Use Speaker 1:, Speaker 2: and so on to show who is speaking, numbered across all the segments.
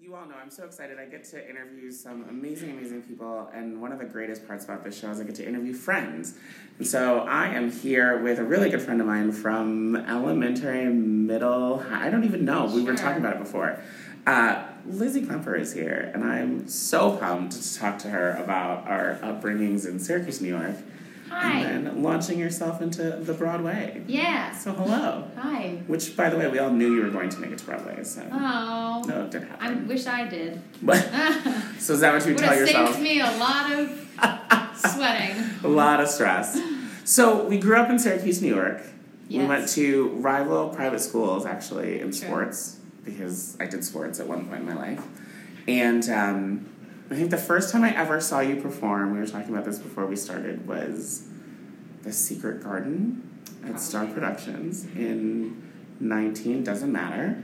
Speaker 1: you all know I'm so excited. I get to interview some amazing, amazing people, and one of the greatest parts about this show is I get to interview friends. And so I am here with a really good friend of mine from elementary, middle, high, I don't even know. We were
Speaker 2: Sure.
Speaker 1: talking about it before. Uh, Lizzie Klumper is here, and I'm so pumped to talk to her about our upbringings in Syracuse, New York,
Speaker 2: Hi.
Speaker 1: and then launching yourself into the Broadway.
Speaker 2: Yeah.
Speaker 1: So hello.
Speaker 2: Hi.
Speaker 1: Which, by the way, we all knew you were going to make it to Broadway, so
Speaker 2: Oh.
Speaker 1: no, it didn't
Speaker 2: I
Speaker 1: happen.
Speaker 2: wish I did.
Speaker 1: So is that what you
Speaker 2: Would
Speaker 1: tell
Speaker 2: have
Speaker 1: yourself?
Speaker 2: saved me a lot of uh, sweating.
Speaker 1: A lot of stress. So we grew up in Syracuse, New York. We
Speaker 2: Yes.
Speaker 1: went to rival private schools actually in
Speaker 2: Sure.
Speaker 1: sports because I did sports at one point in my life. And um, I think the first time I ever saw you perform, we were talking about this before we started, was The Secret Garden at Star
Speaker 2: Probably.
Speaker 1: Productions in 19, doesn't matter.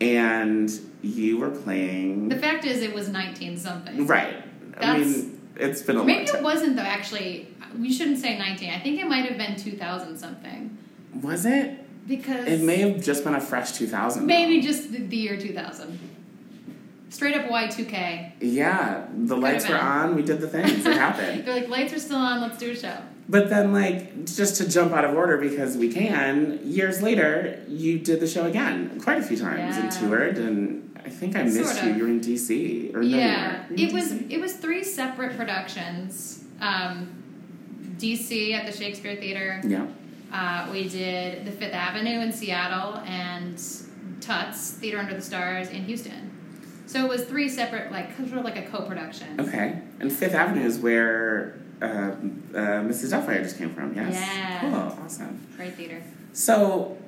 Speaker 1: And you were playing.
Speaker 2: The fact is, it was 19 something.
Speaker 1: right. I
Speaker 2: That's-
Speaker 1: mean, it's been a long
Speaker 2: Maybe
Speaker 1: time.
Speaker 2: it wasn't though. Actually, we shouldn't say 19. I think it might have been 2000 something
Speaker 1: was it?
Speaker 2: because
Speaker 1: It may have just been a fresh 2000.
Speaker 2: maybe just the, the year 2000. Straight up Y2K.
Speaker 1: Yeah, the lights were
Speaker 2: been.
Speaker 1: on, we did the things, it happened.
Speaker 2: They're like lights are still on. Let's do a show.
Speaker 1: But then, like, just to jump out of order because we can, years later, you did the show again quite a few times and
Speaker 2: Yeah.
Speaker 1: toured, and I think I missed
Speaker 2: Sort
Speaker 1: you.
Speaker 2: of.
Speaker 1: You were in DC. Or no, you
Speaker 2: Yeah,
Speaker 1: weren't. You
Speaker 2: it
Speaker 1: were in
Speaker 2: was
Speaker 1: DC.
Speaker 2: it was three separate productions. Um, DC at the Shakespeare Theater.
Speaker 1: Yeah.
Speaker 2: Uh, we did the Fifth Avenue in Seattle and Tuts Theater Under the Stars in Houston. So it was three separate, like sort of like a co-production.
Speaker 1: Okay. And Fifth Avenue is where uh, uh, Mrs. Doubtfire just came from, yes?
Speaker 2: Yeah.
Speaker 1: Cool, awesome.
Speaker 2: Great theater.
Speaker 1: So,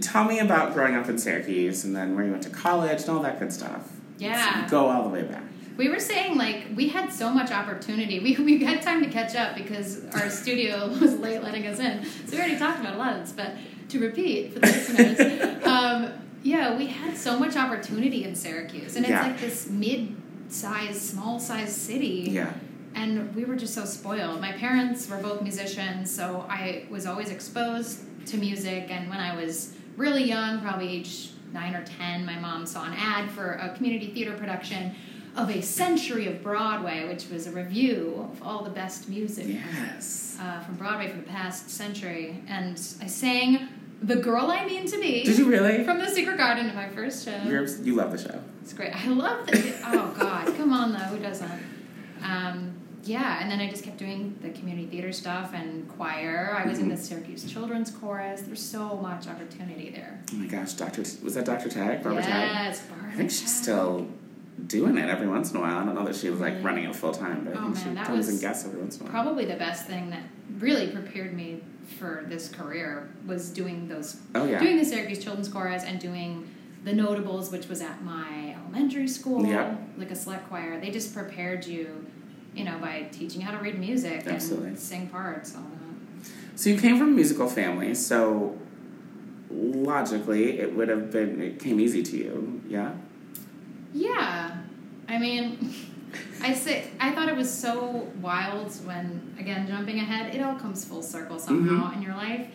Speaker 1: tell me about growing up in Syracuse and then where you went to college and all that good stuff.
Speaker 2: Yeah.
Speaker 1: Let's go all the way back.
Speaker 2: We were saying like we had so much opportunity. We we had time to catch up because our studio was late letting us in. So we already talked about a lot of this, but to repeat for the listeners, um, yeah, we had so much opportunity in Syracuse, and it's
Speaker 1: Yeah.
Speaker 2: like this mid-sized, small-sized city.
Speaker 1: Yeah.
Speaker 2: And we were just so spoiled. My parents were both musicians, so I was always exposed to music. And when I was really young, probably age nine or 10, my mom saw an ad for a community theater production of A Century of Broadway, which was a review of all the best music
Speaker 1: Yes.
Speaker 2: uh, from Broadway for the past century. And I sang The Girl I Mean to Be
Speaker 1: Did you really?
Speaker 2: from The Secret Garden at my first show.
Speaker 1: You're, you love the show.
Speaker 2: It's great. I love that. oh God, come on though. Who doesn't? Um, yeah, and then I just kept doing the community theater stuff and choir. I was in the
Speaker 1: Mm-hmm.
Speaker 2: Syracuse Children's Chorus. There's so much opportunity there.
Speaker 1: Oh my gosh, Doctor was that Doctor Tag? Barbara Tag?
Speaker 2: yes, Barbara.
Speaker 1: I think she's still doing it every once in a while. I don't know that she was like running it full time, but I
Speaker 2: Oh,
Speaker 1: think
Speaker 2: man,
Speaker 1: she
Speaker 2: that
Speaker 1: comes
Speaker 2: was
Speaker 1: and guests every once in a while.
Speaker 2: Probably the best thing that really prepared me for this career was doing those
Speaker 1: oh yeah.
Speaker 2: doing the Syracuse Children's Chorus and doing the Notables, which was at my elementary school,
Speaker 1: Yep.
Speaker 2: like a select choir. They just prepared you, you know, by teaching how to read music
Speaker 1: Absolutely.
Speaker 2: and sing parts, all that.
Speaker 1: So you came from a musical family, so logically it would have been it came easy to you, yeah.
Speaker 2: Yeah, I mean, I say I thought it was so wild when again jumping ahead, it all comes full circle somehow in your life.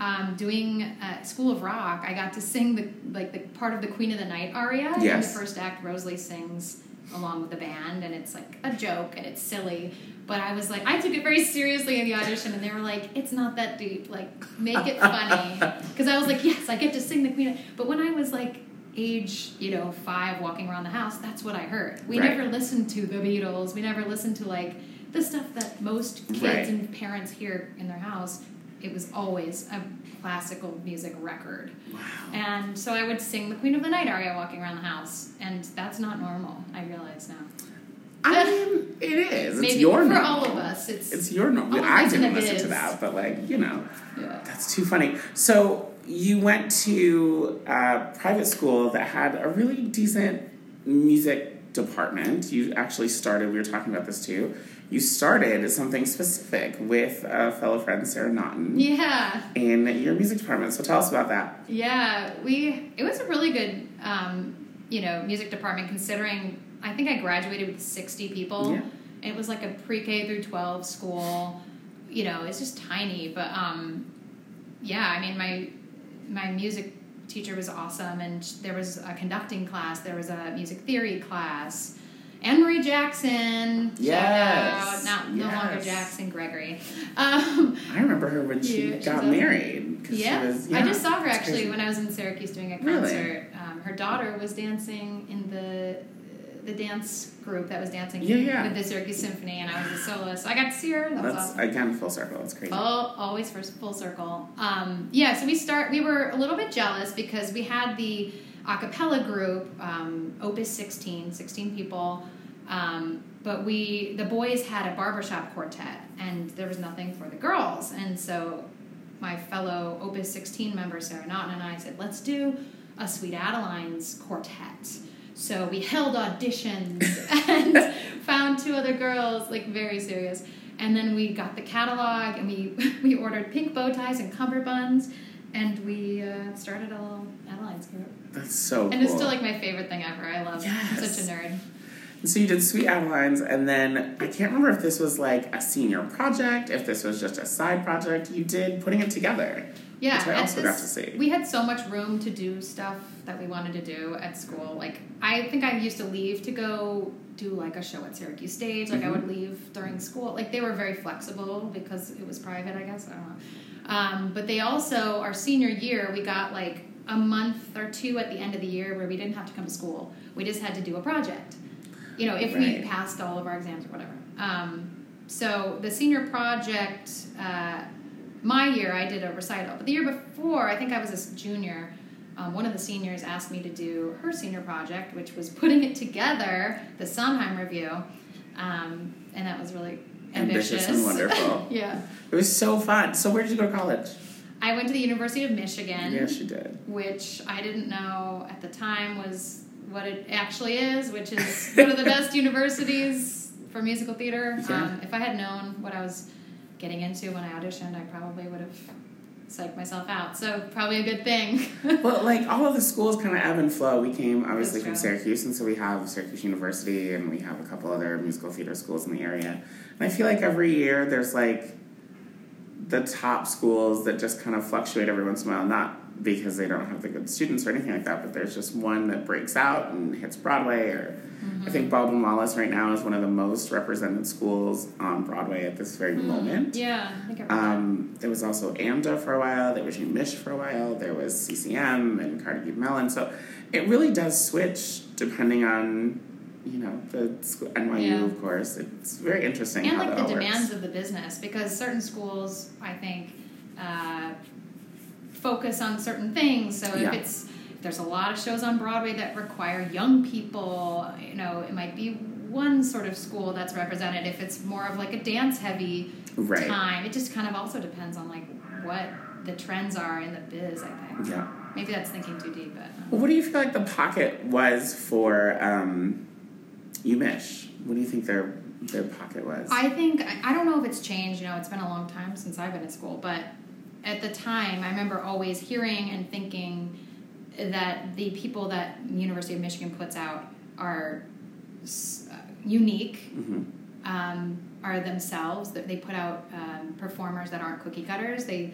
Speaker 2: Um, doing uh, School of Rock, I got to sing the like the part of the Queen of the Night aria in the
Speaker 1: Yes.
Speaker 2: first act. Rosalie sings along with the band, and it's like a joke and it's silly. But I was like, I took it very seriously in the audition, and they were like, "It's not that deep. Like, make it funny." Because I was like, "Yes, I get to sing the Queen." of-" But when I was like age, you know, five, walking around the house, that's what I heard. We
Speaker 1: Right.
Speaker 2: never listened to the Beatles. We never listened to like the stuff that most kids
Speaker 1: Right.
Speaker 2: and parents hear in their house. It was always a classical music record.
Speaker 1: Wow.
Speaker 2: And so I would sing the Queen of the Night aria walking around the house, and that's not normal. I realize now.
Speaker 1: I mean it is.
Speaker 2: Maybe
Speaker 1: it's your
Speaker 2: for
Speaker 1: norm.
Speaker 2: all of us, it's,
Speaker 1: It's your norm.
Speaker 2: All
Speaker 1: I
Speaker 2: of us
Speaker 1: didn't
Speaker 2: and Oh, it
Speaker 1: listen to
Speaker 2: is.
Speaker 1: that, but like, you know.
Speaker 2: yeah.
Speaker 1: That's too funny. So you went to a private school that had a really decent music department. You actually started. We were talking about this too. You started something specific with a fellow friend, Sarah Naughton,
Speaker 2: yeah.
Speaker 1: in your music department. So tell us about that.
Speaker 2: Yeah, we it was a really good um, you know music department considering I think I graduated with sixty people.
Speaker 1: Yeah.
Speaker 2: It was like a pre K through twelve school. You know, it's just tiny, but um, yeah, I mean my my music teacher was awesome, and sh- there was a conducting class, there was a music theory class. Emery Jackson,
Speaker 1: Yes,
Speaker 2: shout out, not no longer
Speaker 1: yes.
Speaker 2: Jackson Gregory. Um,
Speaker 1: I remember her when she
Speaker 2: Yeah, she's
Speaker 1: got
Speaker 2: awesome.
Speaker 1: married. 'cause she
Speaker 2: yeah.
Speaker 1: was-
Speaker 2: I just saw her
Speaker 1: it's
Speaker 2: actually
Speaker 1: crazy.
Speaker 2: when I was in Syracuse doing a
Speaker 1: Really?
Speaker 2: concert. Um, her daughter was dancing in the the dance group that was dancing
Speaker 1: Yeah, yeah.
Speaker 2: with the Syracuse Symphony, and I was a soloist. So I got to see her. That was
Speaker 1: That's
Speaker 2: awesome.
Speaker 1: again full circle. That's crazy.
Speaker 2: Oh, always first full circle. Um, yeah, so we start. We were a little bit jealous because we had the a cappella group, um, Opus 16, 16 people, um, but we the boys had a barbershop quartet, and there was nothing for the girls, and so my fellow Opus 16 member Sarah Naughton and I said, let's do a Sweet Adeline's quartet. So we held auditions and found two other girls, like very serious. And then we got the catalog and we we ordered pink bow ties and cummerbunds, and we uh, started a little Adeline's group.
Speaker 1: That's so
Speaker 2: And
Speaker 1: cool.
Speaker 2: it's still like my favorite thing ever. I love. I'm
Speaker 1: Yes.
Speaker 2: such a nerd.
Speaker 1: so you did Sweet Adelines, and then I can't remember if this was like a senior project, if this was just a side project. You did putting it together.
Speaker 2: Yeah,
Speaker 1: Which I
Speaker 2: at
Speaker 1: also got
Speaker 2: this-
Speaker 1: to see.
Speaker 2: We had so much room to do stuff that we wanted to do at school. Like I think I used to leave to go do like a show at Syracuse Stage. Like I
Speaker 1: Mm-hmm.
Speaker 2: would leave during school. Like they were very flexible because it was private. I guess I don't know. Um, but they also our senior year we got like a month or two at the end of the year where we didn't have to come to school. We just had to do a project. You know, if
Speaker 1: Right.
Speaker 2: we passed all of our exams or whatever. Um, so the senior project. Uh, my year I did a recital, but the year before, I think I was a s- junior. Um, one of the seniors asked me to do her senior project, which was putting it together, the Sondheim review, um, and that was really ambitious,
Speaker 1: Ambitious and wonderful.
Speaker 2: yeah,
Speaker 1: It was so fun. So where did you go to college?
Speaker 2: I went to the University of Michigan,
Speaker 1: yes, you did.
Speaker 2: which I didn't know at the time was what it actually is, which is one of the best universities for musical theater.
Speaker 1: Yeah.
Speaker 2: Um, if I had known what I was getting into when I auditioned, I probably would have psyched myself out. So probably a good thing.
Speaker 1: Well, like all of the schools kind of ebb and flow. We came obviously
Speaker 2: That's
Speaker 1: from
Speaker 2: right.
Speaker 1: Syracuse, and so we have Syracuse University, and we have a couple other musical theater schools in the area. And I feel like every year there's like the top schools that just kind of fluctuate every once in a while, not because they don't have the good students or anything like that, but there's just one that breaks out and hits Broadway. Or I think Baldwin Wallace right now is one of the most represented schools on Broadway at this
Speaker 2: Hmm.
Speaker 1: very moment.
Speaker 2: yeah, I think I read that.
Speaker 1: Um, there was also AMDA for a while. There was UMish for a while. There was CCM and Carnegie Mellon. So it really does switch depending on, you know, the school, NYU,
Speaker 2: Yeah.
Speaker 1: of course. It's very interesting
Speaker 2: and
Speaker 1: how
Speaker 2: like
Speaker 1: that
Speaker 2: the
Speaker 1: all
Speaker 2: demands
Speaker 1: works.
Speaker 2: of the business because certain schools i think uh, focus on certain things so
Speaker 1: Yeah.
Speaker 2: if it's if there's a lot of shows on broadway that require young people you know it might be one sort of school that's represented if it's more of like a dance heavy
Speaker 1: Right.
Speaker 2: time it just kind of also depends on like what the trends are in the biz i think
Speaker 1: Yeah.
Speaker 2: maybe that's thinking too deep but um,
Speaker 1: Well, what do you feel like the pocket was for um, UMish? What do you think their their pocket was?
Speaker 2: I think I I don't know if it's changed. You know, it's been a long time since I've been at school, but at the time, I remember always hearing and thinking that the people that University of Michigan puts out are s- uh, unique
Speaker 1: Mhm.
Speaker 2: um, are themselves. That they put out um, performers that aren't cookie cutters. They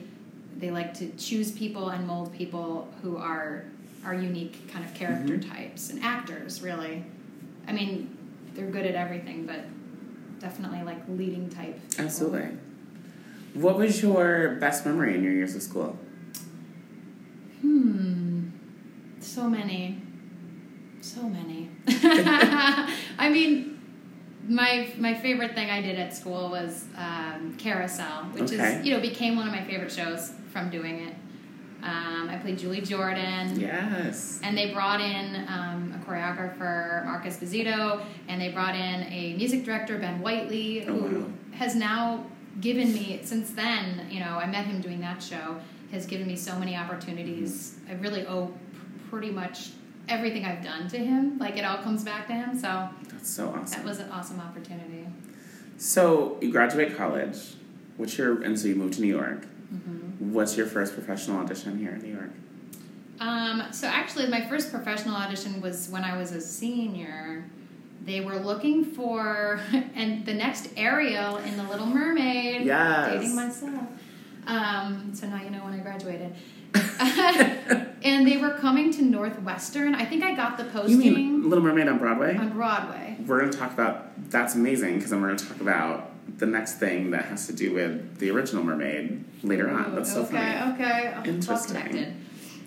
Speaker 2: they like to choose people and mold people who are are unique kind of character types and actors. Really, I mean, they're good at everything, but definitely like leading type. people.
Speaker 1: Absolutely. What was your best memory in your years of school?
Speaker 2: Hmm. So many. So many. I mean, my my favorite thing I did at school was um, Carousel, which
Speaker 1: Okay.
Speaker 2: is you know became one of my favorite shows from doing it. Um, I played Julie Jordan.
Speaker 1: Yes.
Speaker 2: And they brought in um, a choreographer, Mark Esposito, and they brought in a music director, Ben Whiteley,
Speaker 1: Oh,
Speaker 2: who
Speaker 1: wow.
Speaker 2: has now given me, since then, you know, I met him doing that show, has given me so many opportunities.
Speaker 1: Mm-hmm.
Speaker 2: I really owe p- pretty much everything I've done to him. Like, it all comes back to him. So,
Speaker 1: That's so awesome.
Speaker 2: that was an awesome opportunity.
Speaker 1: So you graduate college. What's your and so you move to New York. What's your first professional audition here in New York?
Speaker 2: Um, so actually, my first professional audition was when I was a senior. They were looking for and the next Ariel in The Little Mermaid.
Speaker 1: Yes.
Speaker 2: Dating myself. Um, so now you know when I graduated. and they were coming to Northwestern. I think I got the posting
Speaker 1: You mean Little Mermaid on Broadway?
Speaker 2: on Broadway.
Speaker 1: We're going to talk about that's amazing because then we're going to talk about the next thing that has to do with the original Mermaid later on.
Speaker 2: Ooh,
Speaker 1: That's so
Speaker 2: okay,
Speaker 1: funny.
Speaker 2: okay. I'm
Speaker 1: Interesting.
Speaker 2: Well connected.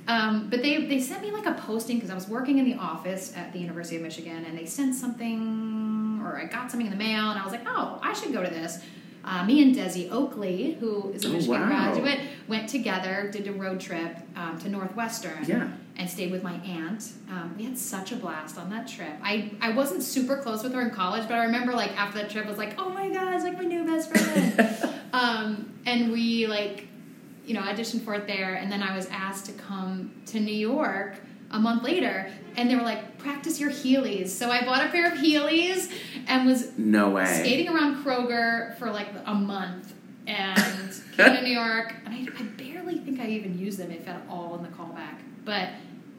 Speaker 2: Um, but they, they sent me like a posting because I was working in the office at the University of Michigan and they sent something or I got something in the mail and I was like, oh, I should go to this. Uh, me and Desi Oakley, who is a
Speaker 1: Oh,
Speaker 2: Michigan
Speaker 1: wow.
Speaker 2: graduate, went together, did a road trip um, to Northwestern
Speaker 1: Yeah.
Speaker 2: and stayed with my aunt. Um, we had such a blast on that trip. I, I wasn't super close with her in college, but I remember like after that trip, I was like, oh my god, it's like my new best friend. um, and we like, you know, auditioned for it there, and then I was asked to come to New York a month later, and they were like, practice your heelys. So I bought a pair of heelys and was
Speaker 1: No way.
Speaker 2: skating around Kroger for like a month and came to New York. And I, I barely think I even used them, if at all, in the callback. But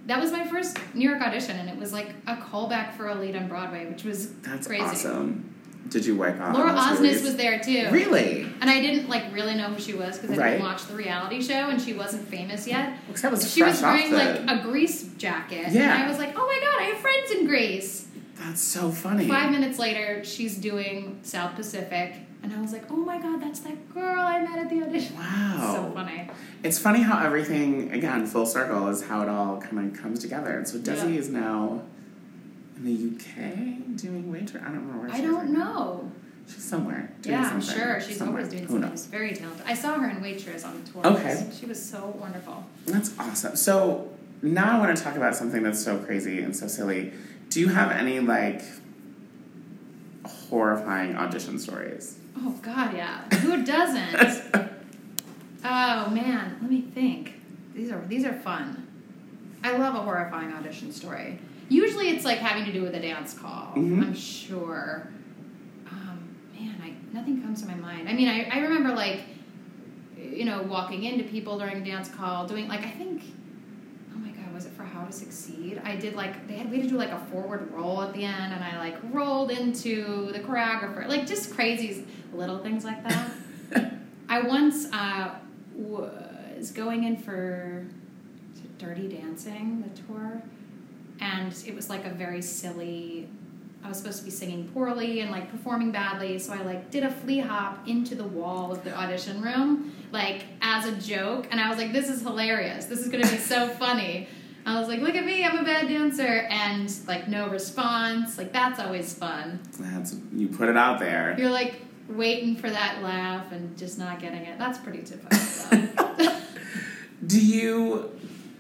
Speaker 2: that was my first New York audition, and it was like a callback for a lead on Broadway, which was
Speaker 1: That's
Speaker 2: crazy.
Speaker 1: awesome. Did you wipe out?
Speaker 2: Laura
Speaker 1: all those
Speaker 2: Osnes
Speaker 1: movies?
Speaker 2: was there too.
Speaker 1: Really?
Speaker 2: And I didn't like really know who she was because I
Speaker 1: Right.
Speaker 2: didn't watch the reality show and she wasn't famous yet.
Speaker 1: Because I was
Speaker 2: she
Speaker 1: fresh
Speaker 2: was wearing
Speaker 1: off
Speaker 2: like
Speaker 1: the.
Speaker 2: a Grease jacket. And
Speaker 1: Yeah.
Speaker 2: I was like, oh my god, I have friends in Grease.
Speaker 1: that's so funny.
Speaker 2: Five minutes later, she's doing South Pacific, and I was like, "Oh my god, that's that girl I met at the audition."
Speaker 1: Wow.
Speaker 2: So funny.
Speaker 1: It's funny how everything, again, full circle is how it all kind of comes together. And so Desi
Speaker 2: Yeah.
Speaker 1: is now in the UK doing waitress. I don't remember where
Speaker 2: I
Speaker 1: she is right
Speaker 2: don't
Speaker 1: now.
Speaker 2: know.
Speaker 1: She's somewhere doing
Speaker 2: yeah, I'm
Speaker 1: something.
Speaker 2: sure she's
Speaker 1: somewhere.
Speaker 2: always doing
Speaker 1: Who
Speaker 2: something.
Speaker 1: knows?
Speaker 2: She's very talented. I saw her in Waitress on tour.
Speaker 1: Okay.
Speaker 2: She was so wonderful.
Speaker 1: That's awesome. So now I want to talk about something that's so crazy and so silly. Do you have any like horrifying audition stories?
Speaker 2: Oh god, yeah. Who doesn't? oh man, let me think. These are these are fun. I love a horrifying audition story. Usually, it's like having to do with a dance call.
Speaker 1: Mhm.
Speaker 2: I'm sure. Um, man, I nothing comes to my mind. I mean, I, I remember like, you know, walking into people during a dance call, doing like I think. Oh my god, was it for How to Succeed? I did like they had we had to do like a forward roll at the end, and I like rolled into the choreographer, like just crazy little things like that. I once uh, was going in for is it Dirty Dancing, the tour, and it was like a very silly. I was supposed to be singing poorly and like performing badly, so I like did a flea hop into the wall of the audition room, like as a joke, and I was like, "This is hilarious! This is gonna be so funny." I was like, "Look at me! I'm a bad dancer," and like no response. Like that's always fun.
Speaker 1: That's you put it out there.
Speaker 2: You're like waiting for that laugh and just not getting it. That's pretty typical. though.
Speaker 1: Do you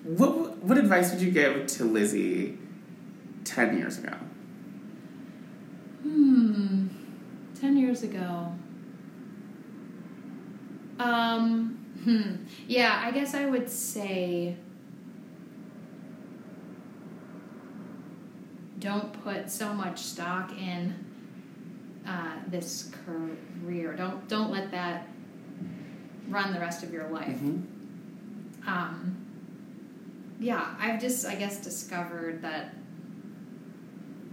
Speaker 1: what what advice would you give to Lizzie ten years ago?
Speaker 2: hmm. Ten years ago. Um. Hmm. Yeah, I guess I would say. Don't put so much stock in uh, this career. Don't don't let that run the rest of your life. um, yeah, I've just, I guess, discovered that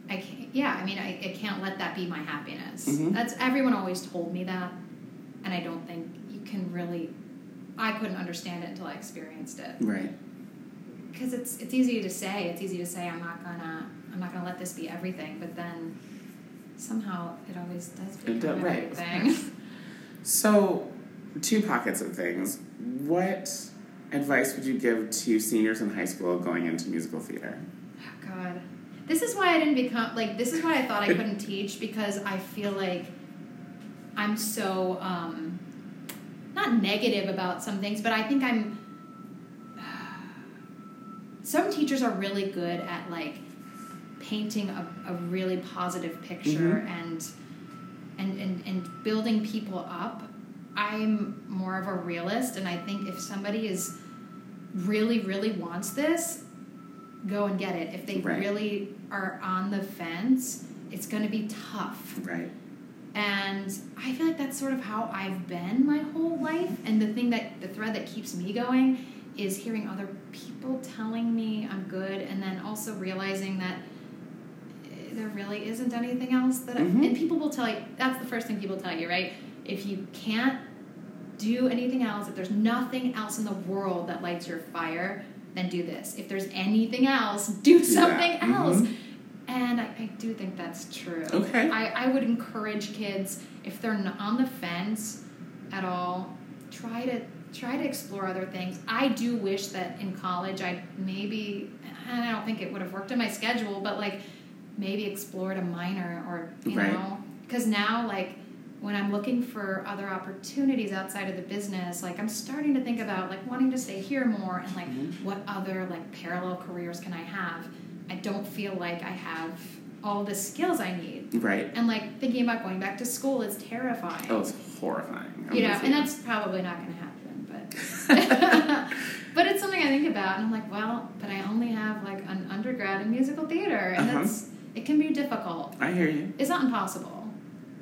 Speaker 2: I can't, yeah, I mean, I, I can't let that be my happiness.
Speaker 1: Mhm.
Speaker 2: That's, everyone always told me that, and I don't think you can really, I couldn't understand it until I experienced it.
Speaker 1: Right.
Speaker 2: Because it's, it's easy to say, it's easy to say, I'm not gonna, I'm not gonna let this be everything, but then somehow it always does
Speaker 1: It
Speaker 2: become
Speaker 1: does, right, of
Speaker 2: everything.
Speaker 1: course. So two pockets of things. What advice would you give to seniors in high school going into musical theater?
Speaker 2: Oh, God. This is why I didn't become like this is why I thought I couldn't teach because I feel like I'm so um not negative about some things, but I think I'm some teachers are really good at like painting a, a really positive picture and, and and and building people up. I'm more of a realist and I think if somebody is really, really wants this, go and get it. If they
Speaker 1: Right.
Speaker 2: really are on the fence, it's going to be tough.
Speaker 1: Right.
Speaker 2: And I feel like that's sort of how I've been my whole life. And the thing that, the thread that keeps me going is hearing other people telling me I'm good and then also realizing that eh, there really isn't anything else that I,
Speaker 1: Mhm.
Speaker 2: and people will tell you that's the first thing people tell you right if you can't do anything else, if there's nothing else in the world that lights your fire, then do this. If there's anything else, do,
Speaker 1: that.
Speaker 2: something
Speaker 1: Mhm.
Speaker 2: else. And I, I do think that's true.
Speaker 1: Okay.
Speaker 2: I, I would encourage kids if they're not on the fence at all, try to try to explore other things. I do wish that in college I maybe and I don't think it would have worked in my schedule, but like maybe explored a minor or you
Speaker 1: Right.
Speaker 2: know because now like when I'm looking for other opportunities outside of the business, like I'm starting to think about like wanting to stay here more and like
Speaker 1: Mhm.
Speaker 2: what other like parallel careers can I have? I don't feel like I have all the skills I need.
Speaker 1: Right.
Speaker 2: And like thinking about going back to school is terrifying.
Speaker 1: Oh, it's horrifying. I'm
Speaker 2: you know,
Speaker 1: with
Speaker 2: and that's probably not going to happen, but but it's something I think about and I'm like, well, but I only have like an undergrad in musical theater and
Speaker 1: Uh-huh.
Speaker 2: that's it can be difficult.
Speaker 1: I hear you.
Speaker 2: It's not impossible.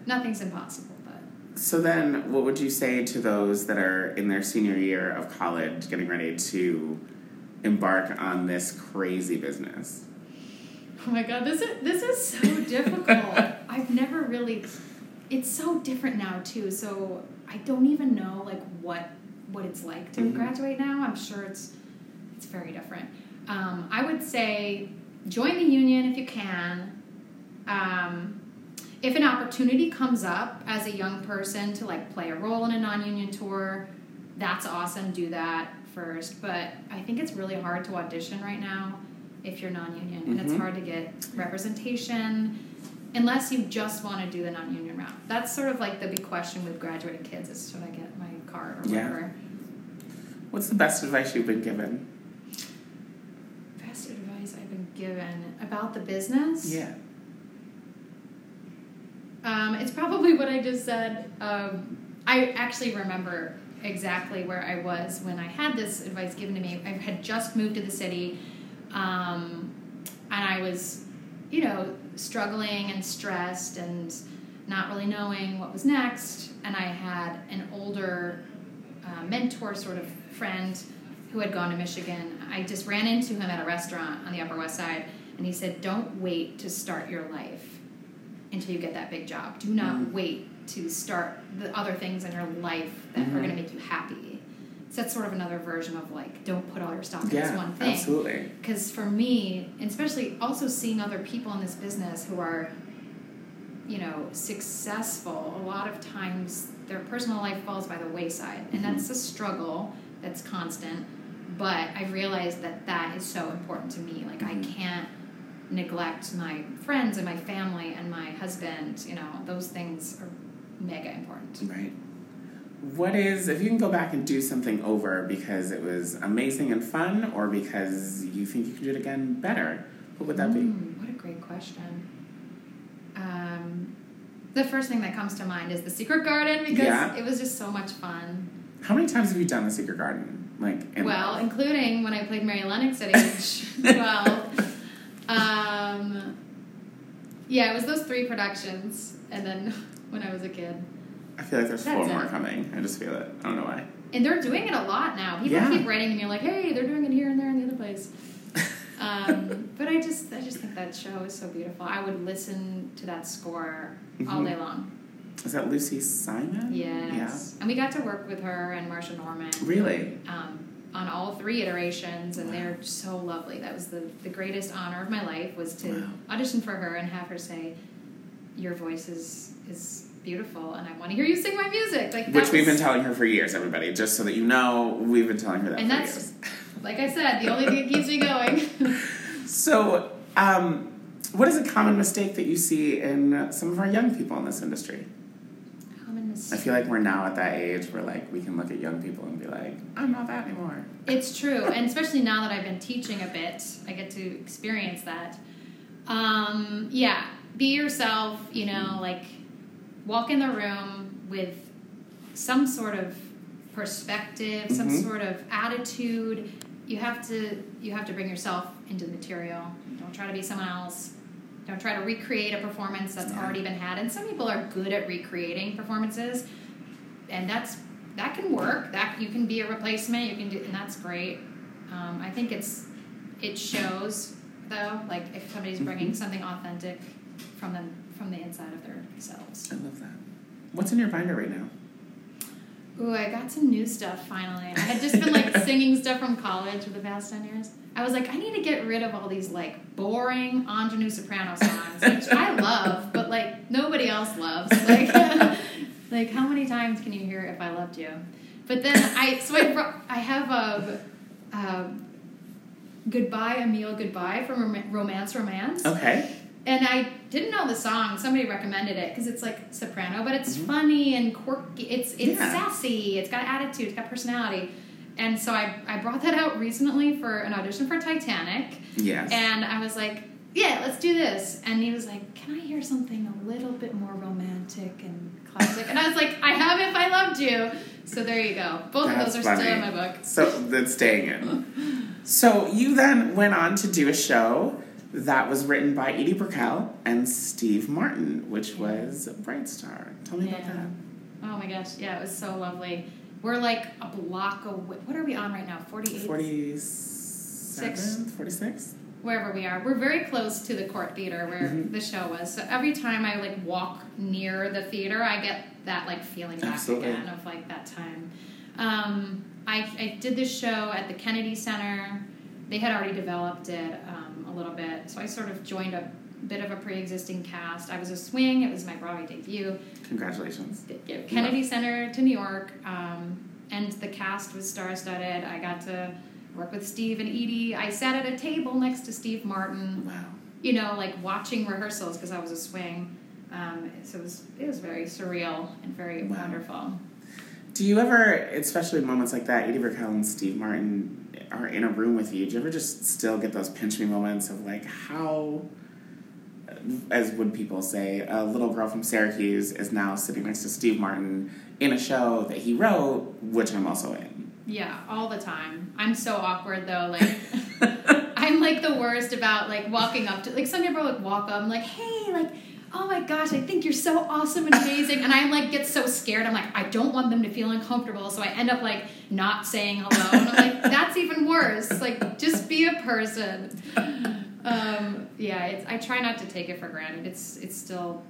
Speaker 2: Nothing's impossible, but
Speaker 1: So then, what would you say to those that are in their senior year of college, getting ready to embark on this crazy business?
Speaker 2: Oh my god, this is this is so difficult. I've never really it's so different now too. So I don't even know like what what it's like to
Speaker 1: Mhm.
Speaker 2: graduate now. I'm sure it's it's very different. Um, I would say join the union if you can. Um, if an opportunity comes up as a young person to like play a role in a non-union tour, that's awesome. Do that first, but I think it's really hard to audition right now if you're non-union, and it's
Speaker 1: Mhm.
Speaker 2: hard to get representation unless you just want to do the non-union route. That's sort of like the big question with graduating kids: is should I get my card or
Speaker 1: Yeah.
Speaker 2: whatever?
Speaker 1: What's the best advice you've been given?
Speaker 2: Best advice I've been given about the business.
Speaker 1: Yeah.
Speaker 2: Um, it's probably what I just said. Um, I actually remember exactly where I was when I had this advice given to me. I had just moved to the city, um, and I was, you know, struggling and stressed and not really knowing what was next. And I had an older uh, mentor, sort of friend, who had gone to Michigan. I just ran into him at a restaurant on the Upper West Side, and he said, "Don't wait to start your life." until you get that big job. Do not
Speaker 1: Mhm.
Speaker 2: wait to start the other things in your life that are
Speaker 1: Mhm.
Speaker 2: going to make you happy. So that's sort of another version of like, don't put all your stock in this
Speaker 1: Yeah.
Speaker 2: one thing.
Speaker 1: Absolutely.
Speaker 2: Because for me, and especially also seeing other people in this business who are, you know, successful, a lot of times their personal life falls by the wayside. And that's a struggle that's constant. But I've realized that that is so important to me. Like, I
Speaker 1: Mhm.
Speaker 2: can't neglect my friends and my family and my husband. You know, those things are mega important.
Speaker 1: Right. What is, if you can go back and do something over because it was amazing and fun or because you think you can do it again better, what would that be?
Speaker 2: Mm, what a great question. Um, the first thing that comes to mind is the Secret Garden because
Speaker 1: Yeah.
Speaker 2: it was just so much fun.
Speaker 1: How many times have you done the Secret Garden? Like, in
Speaker 2: well, including when I played Mary Lennox at age 12. Um, yeah, it was those three productions, and then when I was a kid.
Speaker 1: I feel like there's four
Speaker 2: That's
Speaker 1: more
Speaker 2: it.
Speaker 1: coming. I just feel it. I don't know why.
Speaker 2: And they're doing it a lot now. People
Speaker 1: Yeah.
Speaker 2: keep writing, and you're like, "Hey, they're doing it here and there and the other place." Um, but I just, I just think that show is so beautiful. I would listen to that score all
Speaker 1: Mhm.
Speaker 2: day long.
Speaker 1: Is that Lucy Simon?
Speaker 2: Yes. And we got to work with her and Marsha Norman
Speaker 1: Yeah. Really?
Speaker 2: um, on all three iterations, and they're so lovely. That was the the greatest honor of my life was to
Speaker 1: Wow.
Speaker 2: audition for her and have her say, "Your voice is is beautiful, and I want to hear you sing my music." Like that
Speaker 1: Which we've
Speaker 2: was-
Speaker 1: been telling her for years, everybody. Just so that you know, we've been telling her that
Speaker 2: And
Speaker 1: for
Speaker 2: that's-
Speaker 1: years.
Speaker 2: Like I said, the only thing that keeps me going.
Speaker 1: So, um, what is a common mistake that you see in uh, some of our young people in this industry?
Speaker 2: Common
Speaker 1: I
Speaker 2: mistake.
Speaker 1: feel like we're now at that age where like we can look at young people and be like, I'm not that anymore.
Speaker 2: It's true, and especially now that I've been teaching a bit, I get to experience that. Um, yeah, be yourself. You know, like walk in the room with some sort of perspective, some
Speaker 1: Mhm.
Speaker 2: sort of attitude. You have to you have to bring yourself into the material. Don't try to be someone else. Don't try to recreate a performance that's
Speaker 1: Yeah.
Speaker 2: already been had. And some people are good at recreating performances, and that's that can work. That you can be a replacement. You can do, and that's great. Um, I think it's it shows though, like if somebody's bringing
Speaker 1: Mhm.
Speaker 2: something authentic from them from the inside of themselves.
Speaker 1: I love that. What's in your binder right now?
Speaker 2: Ooh, I got some new stuff finally. I had just been like singing stuff from college for the past 10 years. I was like, I need to get rid of all these like boring ingenue soprano songs, which I love, but like nobody else loves. Like, like how many times can you hear if I loved you? But then I, so I, brought, I have a, um Goodbye, Emile, Goodbye from Rom- Romance, Romance.
Speaker 1: Okay.
Speaker 2: And I didn't know the song. Somebody recommended it because it's like soprano, but it's funny and quirky. It's it's
Speaker 1: Mm-hmm. Yeah.
Speaker 2: sassy. It's got attitude. It's got personality. And so I, I brought that out recently for an audition for Titanic.
Speaker 1: Yes.
Speaker 2: And I was like, yeah, let's do this. And he was like, can I hear something a little bit more romantic and classic? and I was like, I have If I Loved You. So there you go. Both
Speaker 1: That's
Speaker 2: of those are
Speaker 1: funny.
Speaker 2: still in my book.
Speaker 1: So that's staying in. So you then went on to do a show that was written by Edie Brickell and Steve Martin, which was Bright Star. Tell me about
Speaker 2: Yeah.
Speaker 1: that.
Speaker 2: Oh my gosh, yeah, it was so lovely. We're like a block away. What are we on right now? 48?
Speaker 1: 47, 46?
Speaker 2: Wherever we are. We're very close to the court theater where
Speaker 1: Mhm.
Speaker 2: the show was. So every time I like walk near the theater, I get that like feeling back
Speaker 1: Absolutely.
Speaker 2: again of like that time. Um, I, I did this show at the Kennedy Center. They had already developed it um, a little bit. So I sort of joined a bit of a pre existing cast. I was a swing, it was my Broadway debut.
Speaker 1: Congratulations.
Speaker 2: Yeah, Kennedy Center to New York, um, and the cast was star studded. I got to work with Steve and Edie. I sat at a table next to Steve Martin,
Speaker 1: Wow.
Speaker 2: you know, like watching rehearsals because I was a swing. Um, so it was, it was very surreal and very
Speaker 1: Wow.
Speaker 2: wonderful.
Speaker 1: Do you ever, especially moments like that, Edie Brickell and Steve Martin are in a room with you? Do you ever just still get those pinch me moments of like how, as would people say, a little girl from Syracuse is now sitting next to Steve Martin in a show that he wrote, which I'm also in.
Speaker 2: Yeah, all the time. I'm so awkward though. Like, I'm like the worst about like walking up to like some people like walk up. I'm like, hey, like, oh my gosh, I think you're so awesome and amazing. And I like get so scared. I'm like, I don't want them to feel uncomfortable, so I end up like not saying hello. And I'm like, that's even worse. Like, just be a person. Um, yeah, it's, I try not to take it for granted. It's it's still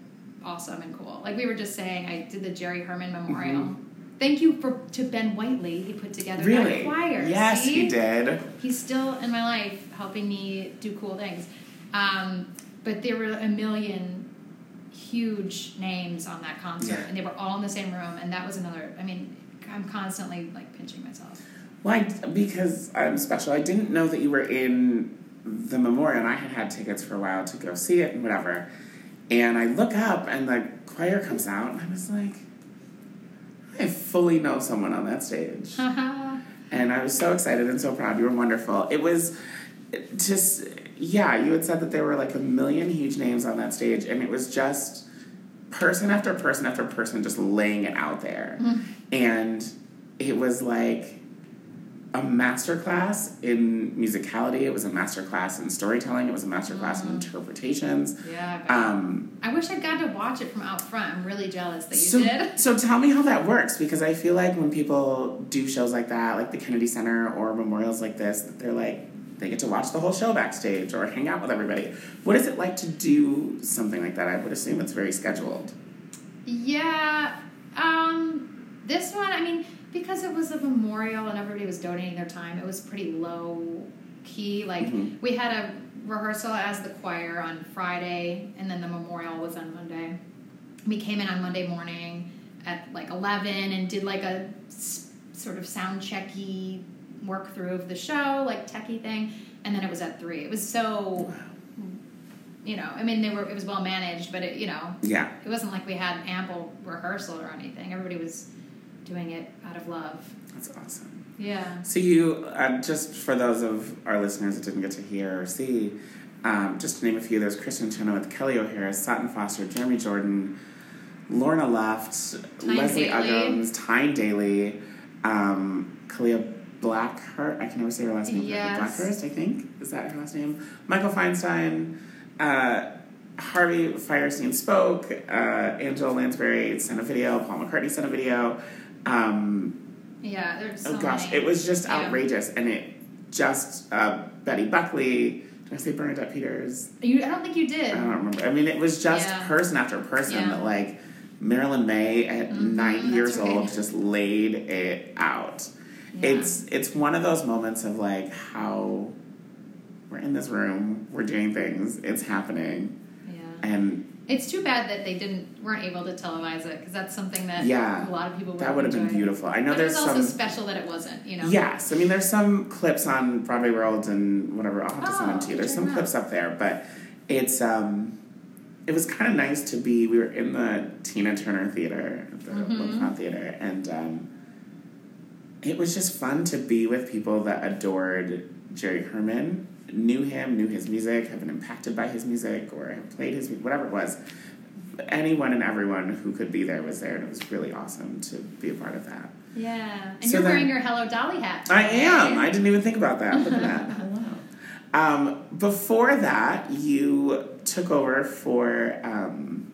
Speaker 2: awesome and cool. Like we were just saying, I did the Jerry Herman Memorial. Thank you for to Ben Whiteley. He put together
Speaker 1: really?
Speaker 2: that choir.
Speaker 1: Yes,
Speaker 2: see?
Speaker 1: he did.
Speaker 2: He's still in my life, helping me do cool things. Um, but there were a million huge names on that concert,
Speaker 1: Yeah.
Speaker 2: and they were all in the same room, and that was another. I mean, I'm constantly like pinching myself.
Speaker 1: Why? Because I'm special. I didn't know that you were in the memorial, and I had had tickets for a while to go see it and whatever. And I look up, and the choir comes out, and I was like, I fully know someone on that stage.
Speaker 2: Haha.
Speaker 1: And I was so excited and so proud. You were wonderful. It was just, yeah, you had said that there were like a million huge names on that stage, and it was just person after person after person just laying it out there. And it was like a masterclass in musicality, it was a masterclass in storytelling, it was a masterclass in interpretations.
Speaker 2: yeah. I bet.
Speaker 1: Um,
Speaker 2: I wish I got to watch it from out front. I'm really jealous that you
Speaker 1: so,
Speaker 2: did.
Speaker 1: so tell me how that works because I feel like when people do shows like that, like the Kennedy Center or memorials like this, that they're like they get to watch the whole show backstage or hang out with everybody. What is it like to do something like that? I would assume it's very scheduled.
Speaker 2: Yeah. Um, this one, I mean, because it was a memorial and everybody was donating their time, it was pretty low key. Like,
Speaker 1: Mhm.
Speaker 2: we had a rehearsal as the choir on Friday, and then the memorial was on Monday. We came in on Monday morning at like 11 and did like a s- sort of sound checky work through of the show, like techie thing, and then it was at 3. It was so, you know, I mean, they were, it was well managed, but it, you know,
Speaker 1: Yeah.
Speaker 2: it wasn't like we had ample rehearsal or anything. Everybody was doing it out of love.
Speaker 1: That's awesome.
Speaker 2: Yeah.
Speaker 1: So you uh, just for those of our listeners that didn't get to hear or see, um, just to name a few, there's Kristen Chenoweth, Kelly O'Hara, Sutton Foster, Jeremy Jordan, Lorna Left,
Speaker 2: Tyne
Speaker 1: Leslie
Speaker 2: Daly.
Speaker 1: Uggams, Tyne Daly, um, Kalia Blackhurst. I can never say her last name. correctly.
Speaker 2: Yes.
Speaker 1: Blackhurst, I think is that her last name. Michael Feinstein, uh, Harvey Firestein spoke. Uh, Angela Lansbury sent a video. Paul McCartney sent a video. Um,
Speaker 2: Yeah. There's so
Speaker 1: Oh gosh,
Speaker 2: many.
Speaker 1: it was just
Speaker 2: Yeah.
Speaker 1: outrageous, and it just uh, Betty Buckley. Did I say Bernadette Peters?
Speaker 2: You, I don't think you did.
Speaker 1: Uh, I don't remember. I mean, it was just
Speaker 2: Yeah.
Speaker 1: person after person
Speaker 2: Yeah.
Speaker 1: that like Marilyn May at
Speaker 2: Mhm,
Speaker 1: nine
Speaker 2: that's
Speaker 1: years
Speaker 2: right.
Speaker 1: old just laid it out.
Speaker 2: Yeah.
Speaker 1: It's it's one of those moments of like how we're in this room, we're doing things, it's happening,
Speaker 2: yeah.
Speaker 1: and
Speaker 2: It's too bad that they didn't weren't able to televise it because that's something that
Speaker 1: Yeah.
Speaker 2: a lot of people would
Speaker 1: that would have been
Speaker 2: enjoyed.
Speaker 1: beautiful. I know
Speaker 2: But it
Speaker 1: there's
Speaker 2: was also
Speaker 1: some
Speaker 2: special that it wasn't. You know.
Speaker 1: Yes, I mean there's some clips on Broadway World and whatever. I'll have to send them
Speaker 2: Oh,
Speaker 1: to you. There's
Speaker 2: check
Speaker 1: some
Speaker 2: them out.
Speaker 1: clips up there, but it's um, it was kind of nice to be. We were in the Tina Turner Theater, the
Speaker 2: Mhm.
Speaker 1: Wilcon Theater, and um, it was just fun to be with people that adored Jerry Herman, knew him, knew his music, have been impacted by his music, or have played his mu- whatever it was. Anyone and everyone who could be there was there, and it was really awesome to be a part of that.
Speaker 2: Yeah. And
Speaker 1: So
Speaker 2: you're
Speaker 1: then-
Speaker 2: wearing your Hello Dolly hat.
Speaker 1: I
Speaker 2: today.
Speaker 1: am. I didn't even think about that. Look at that. Hello. Um, before that, you took over for um,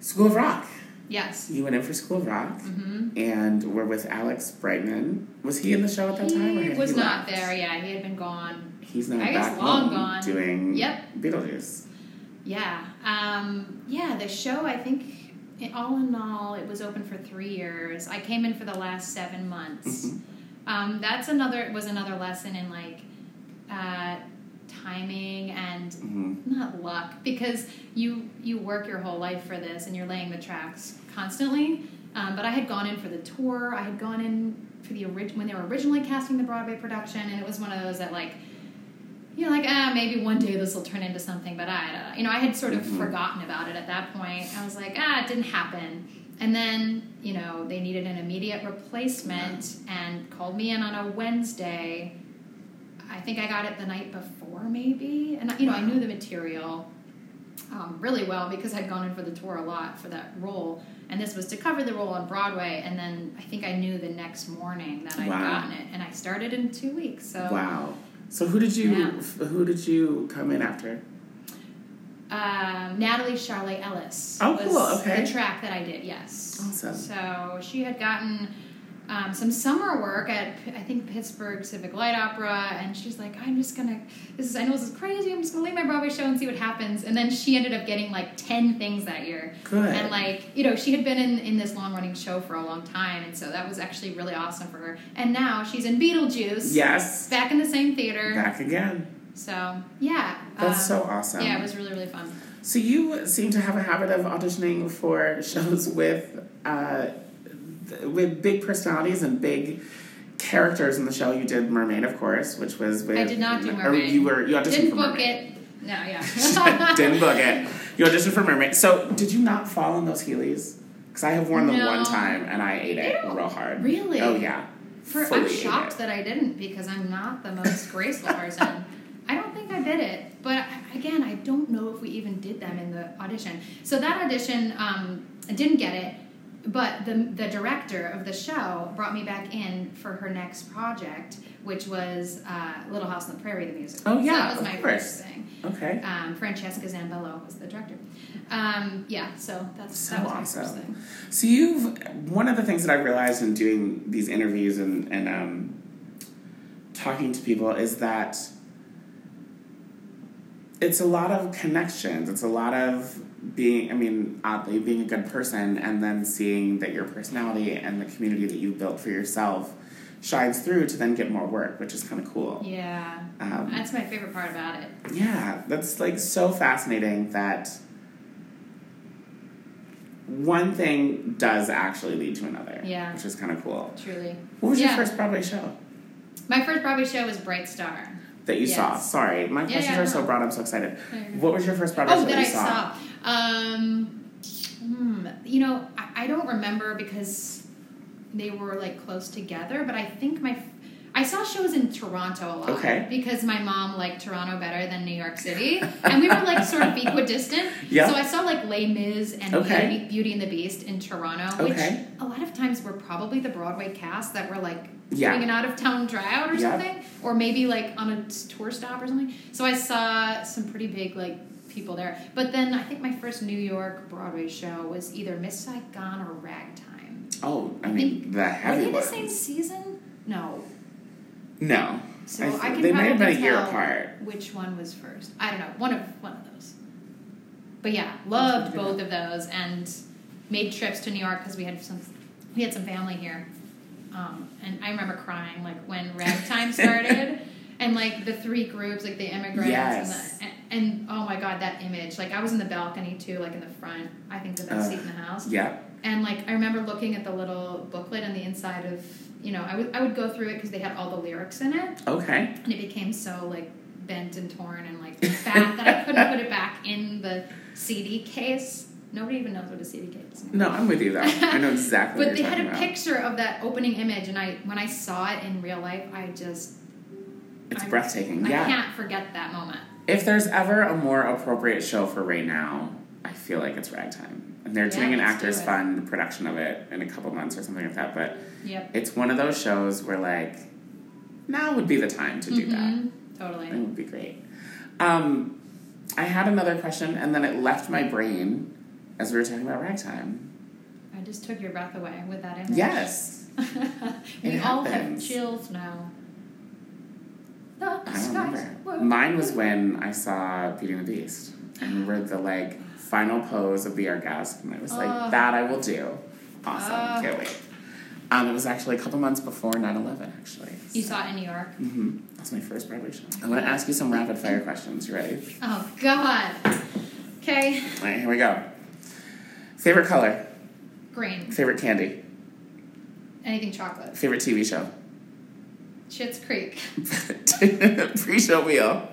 Speaker 1: School of Rock.
Speaker 2: yes.
Speaker 1: You went in for School of Rock,
Speaker 2: Mm-hmm.
Speaker 1: and we're with Alex Brightman. Was he in the show at that time? Or
Speaker 2: He
Speaker 1: had
Speaker 2: was
Speaker 1: he
Speaker 2: not
Speaker 1: left?
Speaker 2: there. Yeah, he had been gone.
Speaker 1: He's now
Speaker 2: I guess
Speaker 1: back
Speaker 2: long
Speaker 1: home
Speaker 2: gone.
Speaker 1: doing
Speaker 2: Yep.
Speaker 1: Beetlejuice.
Speaker 2: Yeah. Um, yeah. The show. I think. It, all in all, it was open for three years. I came in for the last seven months.
Speaker 1: Mhm.
Speaker 2: Um, that's another was another lesson in like uh, timing and
Speaker 1: Mhm.
Speaker 2: not luck because you you work your whole life for this and you're laying the tracks constantly um, but i had gone in for the tour i had gone in for the orig- when they were originally casting the broadway production and it was one of those that like you know like ah maybe one day this will turn into something but i uh, you know i had sort of
Speaker 1: Mhm.
Speaker 2: forgotten about it at that point i was like ah it didn't happen and then you know they needed an immediate replacement and called me in on a wednesday I think I got it the night before, maybe. And you know, I knew the material um, really well because I'd gone in for the tour a lot for that role, and this was to cover the role on Broadway. And then I think I knew the next morning that I'd
Speaker 1: Wow.
Speaker 2: gotten it, and I started in two weeks. So
Speaker 1: Wow. So who did you
Speaker 2: Yeah.
Speaker 1: f- who did you come in after?
Speaker 2: um, Natalie Charlotte Ellis
Speaker 1: Oh,
Speaker 2: was
Speaker 1: cool, okay.
Speaker 2: the track that I did. Yes,
Speaker 1: Awesome.
Speaker 2: So she had gotten um, some summer work at P- I think Pittsburgh Civic Light Opera, and she's like, "I'm just gonna this is I know this is crazy. I'm just gonna leave my Broadway show and see what happens." And then she ended up getting like ten things that year.
Speaker 1: Good.
Speaker 2: And like, you know, she had been in, in this long running show for a long time, and so that was actually really awesome for her. And now she's in Beetlejuice.
Speaker 1: yes.
Speaker 2: Back in the same theater.
Speaker 1: Back again.
Speaker 2: So yeah.
Speaker 1: That's
Speaker 2: um,
Speaker 1: so awesome.
Speaker 2: Yeah, it was really, really fun.
Speaker 1: So you seem to have a habit of auditioning for shows with uh, th- with big personalities and big characters in the show. You did Mermaid, of course, which was with
Speaker 2: I did not do
Speaker 1: Or
Speaker 2: Mermaid.
Speaker 1: you were you auditioned
Speaker 2: Didn't
Speaker 1: for
Speaker 2: book
Speaker 1: Mermaid.
Speaker 2: it. No, yeah.
Speaker 1: didn't book it. You auditioned for Mermaid. So did you not fall in those Heelys? Because I have worn them
Speaker 2: No.
Speaker 1: one time and I ate it
Speaker 2: Ew.
Speaker 1: real hard.
Speaker 2: Really?
Speaker 1: Oh yeah.
Speaker 2: For,
Speaker 1: Fully
Speaker 2: I'm
Speaker 1: ate
Speaker 2: shocked
Speaker 1: it.
Speaker 2: that I didn't because I'm not the most graceful person. I don't think I did it, but again, I don't know if we even did them in the audition. So that audition, um, I didn't get it, but the the director of the show brought me back in for her next project, which was uh, Little House on the Prairie, the musical.
Speaker 1: Oh,
Speaker 2: So
Speaker 1: yeah,
Speaker 2: that was
Speaker 1: of
Speaker 2: my
Speaker 1: course.
Speaker 2: first thing.
Speaker 1: Okay.
Speaker 2: Um, Francesca Zambello was the director. Um, yeah, so that's
Speaker 1: So
Speaker 2: that was my
Speaker 1: awesome.
Speaker 2: first thing.
Speaker 1: So you've one of the things that I've realized in doing these interviews and and um, talking to people is that it's a lot of connections. It's a lot of being. I mean, oddly, being a good person and then seeing that your personality and the community that you've built for yourself shines through to then get more work, which is kind of cool.
Speaker 2: Yeah,
Speaker 1: Um,
Speaker 2: that's my favorite part about it.
Speaker 1: yeah, that's like so fascinating that one thing does actually lead to another.
Speaker 2: Yeah.
Speaker 1: Which is kind of cool.
Speaker 2: Truly.
Speaker 1: What was
Speaker 2: Yeah.
Speaker 1: your first Broadway show
Speaker 2: My first Broadway show was Bright Star.
Speaker 1: that you saw?
Speaker 2: Yes.
Speaker 1: Sorry, my
Speaker 2: Yeah,
Speaker 1: questions
Speaker 2: yeah,
Speaker 1: are so
Speaker 2: no.
Speaker 1: broad, I'm so excited.
Speaker 2: No, you're good.
Speaker 1: What was your first Broadway
Speaker 2: Oh,
Speaker 1: show
Speaker 2: that
Speaker 1: you
Speaker 2: I saw. Um, hmm, you know, I, I don't remember because they were like close together, but I think my. I saw shows in Toronto a lot
Speaker 1: Okay.
Speaker 2: because my mom liked Toronto better than New York City, and we were like sort of equidistant.
Speaker 1: Yeah.
Speaker 2: So I saw like Les Mis and
Speaker 1: Okay.
Speaker 2: Beauty, Beauty and the Beast in Toronto, which
Speaker 1: Okay.
Speaker 2: a lot of times were probably the Broadway cast that were like
Speaker 1: Yeah.
Speaker 2: doing an out of town tryout or
Speaker 1: Yeah.
Speaker 2: something, or maybe like on a t- tour stop or something. So I saw some pretty big like people there. But then I think my first New York Broadway show was either Miss Saigon or Ragtime.
Speaker 1: Oh, I
Speaker 2: I
Speaker 1: mean, the
Speaker 2: Were
Speaker 1: heavy
Speaker 2: they the
Speaker 1: ones.
Speaker 2: same season? No.
Speaker 1: No.
Speaker 2: So
Speaker 1: I
Speaker 2: I,
Speaker 1: th-
Speaker 2: can
Speaker 1: they
Speaker 2: probably
Speaker 1: may have been a
Speaker 2: tell
Speaker 1: year apart.
Speaker 2: Which one was first? I don't know. One of one of those. But yeah, loved both of those and made trips to New York because we had some we had some family here. Um, and I remember crying like when ragtime started and like the three groups, like the immigrants
Speaker 1: Yes.
Speaker 2: and, the, and, and oh my god, that image. Like I was in the balcony too, like in the front, I think the best
Speaker 1: Ugh.
Speaker 2: seat in the house.
Speaker 1: Yeah.
Speaker 2: And like I remember looking at the little booklet on the inside of you know, I would I would go through it because they had all the lyrics in it
Speaker 1: Okay.
Speaker 2: and it became so like bent and torn and like fat that I couldn't put it back in the CD case. Nobody even knows what a CD case is.
Speaker 1: No, I'm with you though. I know exactly.
Speaker 2: But
Speaker 1: what
Speaker 2: they
Speaker 1: you're
Speaker 2: had a
Speaker 1: talking about.
Speaker 2: picture of that opening image, and I when I saw it in real life, I just
Speaker 1: It's
Speaker 2: I-
Speaker 1: breathtaking.
Speaker 2: I
Speaker 1: yeah.
Speaker 2: can't forget that moment.
Speaker 1: If there's ever a more appropriate show for right now, I feel like it's Ragtime. And they're
Speaker 2: Yeah,
Speaker 1: doing an
Speaker 2: let's do
Speaker 1: Actors
Speaker 2: it.
Speaker 1: Fund production of it in a couple months or something like that. But
Speaker 2: Yep.
Speaker 1: it's one of those shows where, like, now would be the time to do that. Mm.
Speaker 2: Mhm. Totally.
Speaker 1: It would be great. Um, I had another question, and then it left my brain as we were talking about Ragtime.
Speaker 2: I just took your breath away with that image.
Speaker 1: Yes.
Speaker 2: we
Speaker 1: It
Speaker 2: all have
Speaker 1: happens.
Speaker 2: chills now. The
Speaker 1: I don't
Speaker 2: skies
Speaker 1: remember.
Speaker 2: were
Speaker 1: Mine was when I saw Beauty and the Beast. I remember the like final pose of the orgasm. I was like,
Speaker 2: Ugh.
Speaker 1: that I will do. Awesome.
Speaker 2: Ugh.
Speaker 1: Can't wait. Um, it was actually a couple months before 9 11, actually.
Speaker 2: You saw it in New York.
Speaker 1: hmm That's my first Broadway show. I'm going to ask you some rapid fire questions. You ready?
Speaker 2: Oh God. Okay.
Speaker 1: All right, here we go. Favorite color?
Speaker 2: Green.
Speaker 1: Favorite candy?
Speaker 2: Anything chocolate.
Speaker 1: Favorite TV show?
Speaker 2: Shit's Creek.
Speaker 1: Pre show meal?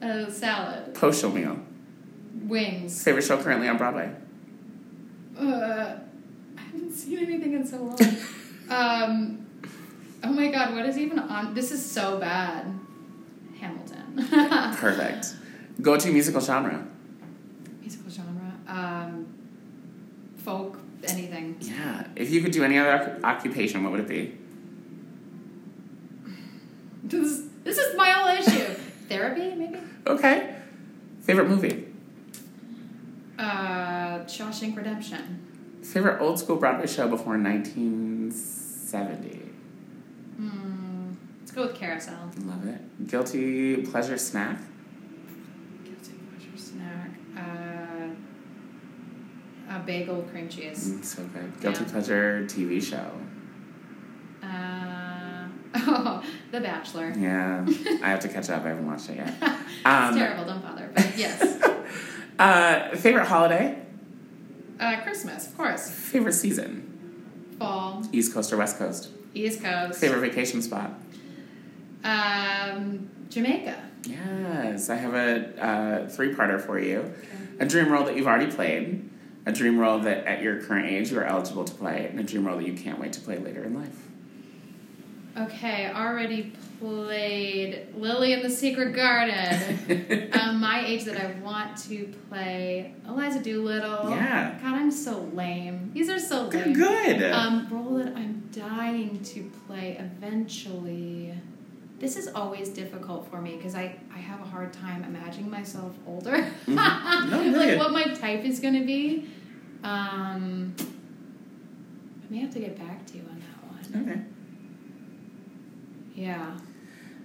Speaker 2: Uh, salad.
Speaker 1: Post show meal?
Speaker 2: Wings.
Speaker 1: Favorite show currently on Broadway?
Speaker 2: Uh, I haven't seen anything in so long. um, oh my God, what is even on? This is so bad. Hamilton.
Speaker 1: Perfect. Go to musical genre?
Speaker 2: Musical genre. Um, folk. Anything.
Speaker 1: Yeah. If you could do any other oc- occupation, what would it be?
Speaker 2: This is, this is my whole issue. Therapy, maybe.
Speaker 1: Okay. Favorite movie?
Speaker 2: Uh, Shawshank Redemption.
Speaker 1: Favorite old school Broadway show before 1970?
Speaker 2: Hmm. Let's go with Carousel.
Speaker 1: Love it. Guilty pleasure snack?
Speaker 2: Guilty pleasure snack. Uh, a bagel cream cheese.
Speaker 1: Mm, so good. Guilty
Speaker 2: Yeah.
Speaker 1: pleasure TV show.
Speaker 2: Uh, oh, The Bachelor.
Speaker 1: Yeah. I have to catch up. I haven't watched it yet.
Speaker 2: it's
Speaker 1: Um,
Speaker 2: terrible, don't bother. But yes.
Speaker 1: uh, favorite holiday?
Speaker 2: uh, Christmas, of course.
Speaker 1: Favorite season?
Speaker 2: Fall,
Speaker 1: East Coast or West Coast?
Speaker 2: East Coast.
Speaker 1: Favorite vacation spot?
Speaker 2: Um, Jamaica.
Speaker 1: Yes, I have a uh, three parter for you. A dream role that you've already played, a dream role that at your current age you are eligible to play, and a dream role that you can't wait to play later in life.
Speaker 2: Okay, already played Lily in the Secret Garden. um, my age that I want to play Eliza Doolittle.
Speaker 1: Yeah.
Speaker 2: God, I'm so lame. These are so
Speaker 1: Good.
Speaker 2: lame.
Speaker 1: good.
Speaker 2: Um, role that I'm dying to play eventually. This is always difficult for me because I, I have a hard time imagining myself older.
Speaker 1: Mm-hmm. No, really.
Speaker 2: like what my type is going to be. Um, I may have to get back to you on that one.
Speaker 1: okay. Mm-hmm.
Speaker 2: Yeah.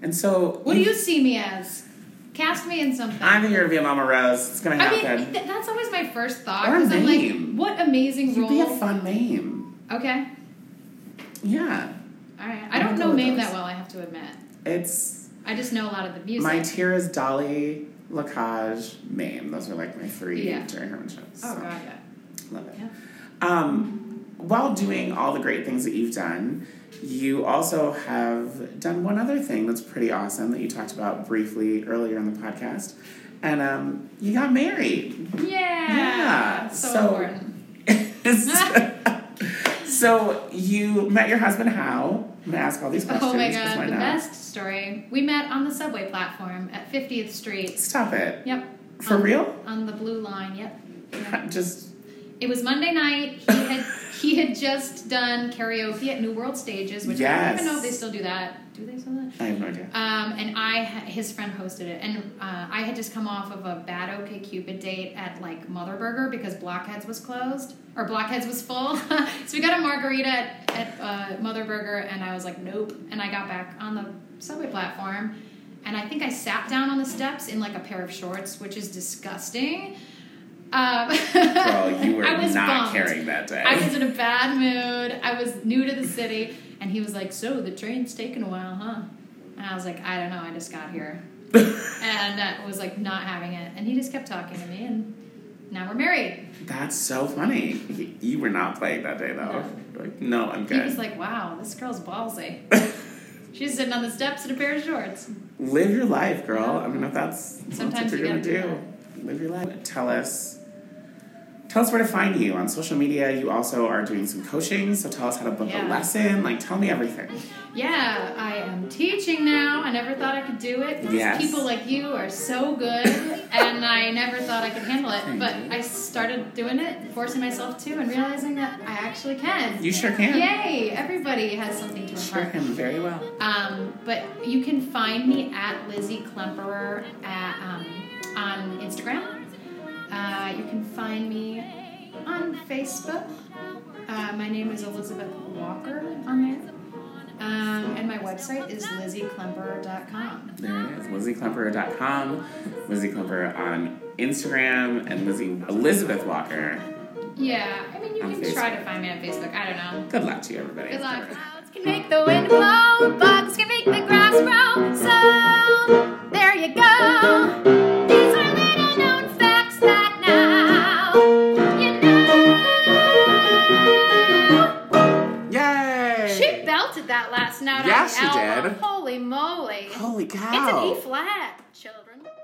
Speaker 1: And so,
Speaker 2: What do you see me as? Cast me in something.
Speaker 1: I'm here to be a Mama Rose. It's gonna
Speaker 2: I mean,
Speaker 1: happen.
Speaker 2: th- that's always my first thought.
Speaker 1: Or a
Speaker 2: 'cause I'm
Speaker 1: name.
Speaker 2: like, what amazing
Speaker 1: You'd
Speaker 2: role.
Speaker 1: be a fun name.
Speaker 2: okay.
Speaker 1: Yeah.
Speaker 2: All right. I
Speaker 1: I'm
Speaker 2: don't
Speaker 1: gonna go
Speaker 2: know
Speaker 1: with
Speaker 2: name
Speaker 1: those.
Speaker 2: that well, I have to admit.
Speaker 1: It's
Speaker 2: I just know a lot of the music.
Speaker 1: my tier is Dolly, Lacage, Mame. Those are like my three
Speaker 2: Yeah.
Speaker 1: Jerry Herman shows.
Speaker 2: Oh,
Speaker 1: so,
Speaker 2: God, yeah.
Speaker 1: Love it.
Speaker 2: Yeah.
Speaker 1: Um, while doing all the great things that you've done, you also have done one other thing that's pretty awesome that you talked about briefly earlier in the podcast. And um, you got married.
Speaker 2: Yeah.
Speaker 1: Yeah,
Speaker 2: So,
Speaker 1: so-
Speaker 2: important.
Speaker 1: so you met your husband how? I'm gonna ask all these questions.
Speaker 2: Oh my
Speaker 1: 'cause why
Speaker 2: god, the
Speaker 1: not?
Speaker 2: best story. We met on the subway platform at 50th Street.
Speaker 1: Stop it.
Speaker 2: Yep.
Speaker 1: For
Speaker 2: on,
Speaker 1: real?
Speaker 2: On the blue line, yep. Um, Yeah.
Speaker 1: Just
Speaker 2: It was Monday night. He had he had just done karaoke at New World Stages, which I don't
Speaker 1: Yes.
Speaker 2: even know if they still do that. Do they still do that?
Speaker 1: I have no idea.
Speaker 2: Um, and I, ha- his friend hosted it, and uh, I had just come off of a bad OK Cupid date at like Mother Burger because Blockheads was closed or Blockheads was full, so we got a margarita at, at uh, Mother Burger, and I was like, nope. And I got back on the subway platform, and I think I sat down on the steps in like a pair of shorts, which is disgusting. Um,
Speaker 1: Girl, you were
Speaker 2: I was
Speaker 1: not
Speaker 2: bummed.
Speaker 1: caring that day.
Speaker 2: I was in a bad mood. I was new to the city, and he was like, "So the train's taking a while, huh?" And I was like, "I don't know. I just got here," and I was like, not having it. And he just kept talking to me, and now we're married.
Speaker 1: That's so funny. He- You were not playing that day, though.
Speaker 2: No.
Speaker 1: You're like, no, I'm
Speaker 2: He was
Speaker 1: good.
Speaker 2: like, "Wow, this girl's ballsy. She's sitting on the steps in a pair of shorts."
Speaker 1: Live your life, girl. I mean, if that's,
Speaker 2: Sometimes
Speaker 1: that's what
Speaker 2: you
Speaker 1: you're gonna
Speaker 2: gotta do
Speaker 1: do, live your life. Tell us, tell us where to find you on social media. You also are doing some coaching, so tell us how to book a
Speaker 2: Yeah.
Speaker 1: lesson. Like, tell me everything.
Speaker 2: Yeah, I am teaching now. I never thought I could do it. These
Speaker 1: Yes.
Speaker 2: People like you are so good, and I never thought I could handle it. But I started doing it, forcing myself to, and realizing that I actually can.
Speaker 1: You sure can.
Speaker 2: Yay! Everybody has something to
Speaker 1: Sure
Speaker 2: impart.
Speaker 1: can very well.
Speaker 2: Um, but you can find me at Lizzie Klemperer at, um, on Instagram. Uh, you can find me on Facebook. Uh, my name is Elizabeth Walker on there. Um, and my website is lizzieklemperer.com.
Speaker 1: There it is. LizzieClumper.com, Lizzie Clumper on Instagram, and Lizzie Elizabeth Walker.
Speaker 2: Yeah, I mean, you
Speaker 1: On
Speaker 2: can try to find me on Facebook. I don't know.
Speaker 1: Good luck to you, everybody.
Speaker 2: Good luck.
Speaker 3: Clouds can make the wind blow, bugs can make the grass grow. So there you go. These are little known facts that now you know.
Speaker 1: Yay!
Speaker 3: She belted that last note
Speaker 1: Yeah, she
Speaker 3: on the album.
Speaker 1: did.
Speaker 3: Holy moly!
Speaker 1: Holy cow!
Speaker 3: It's an E flat, children.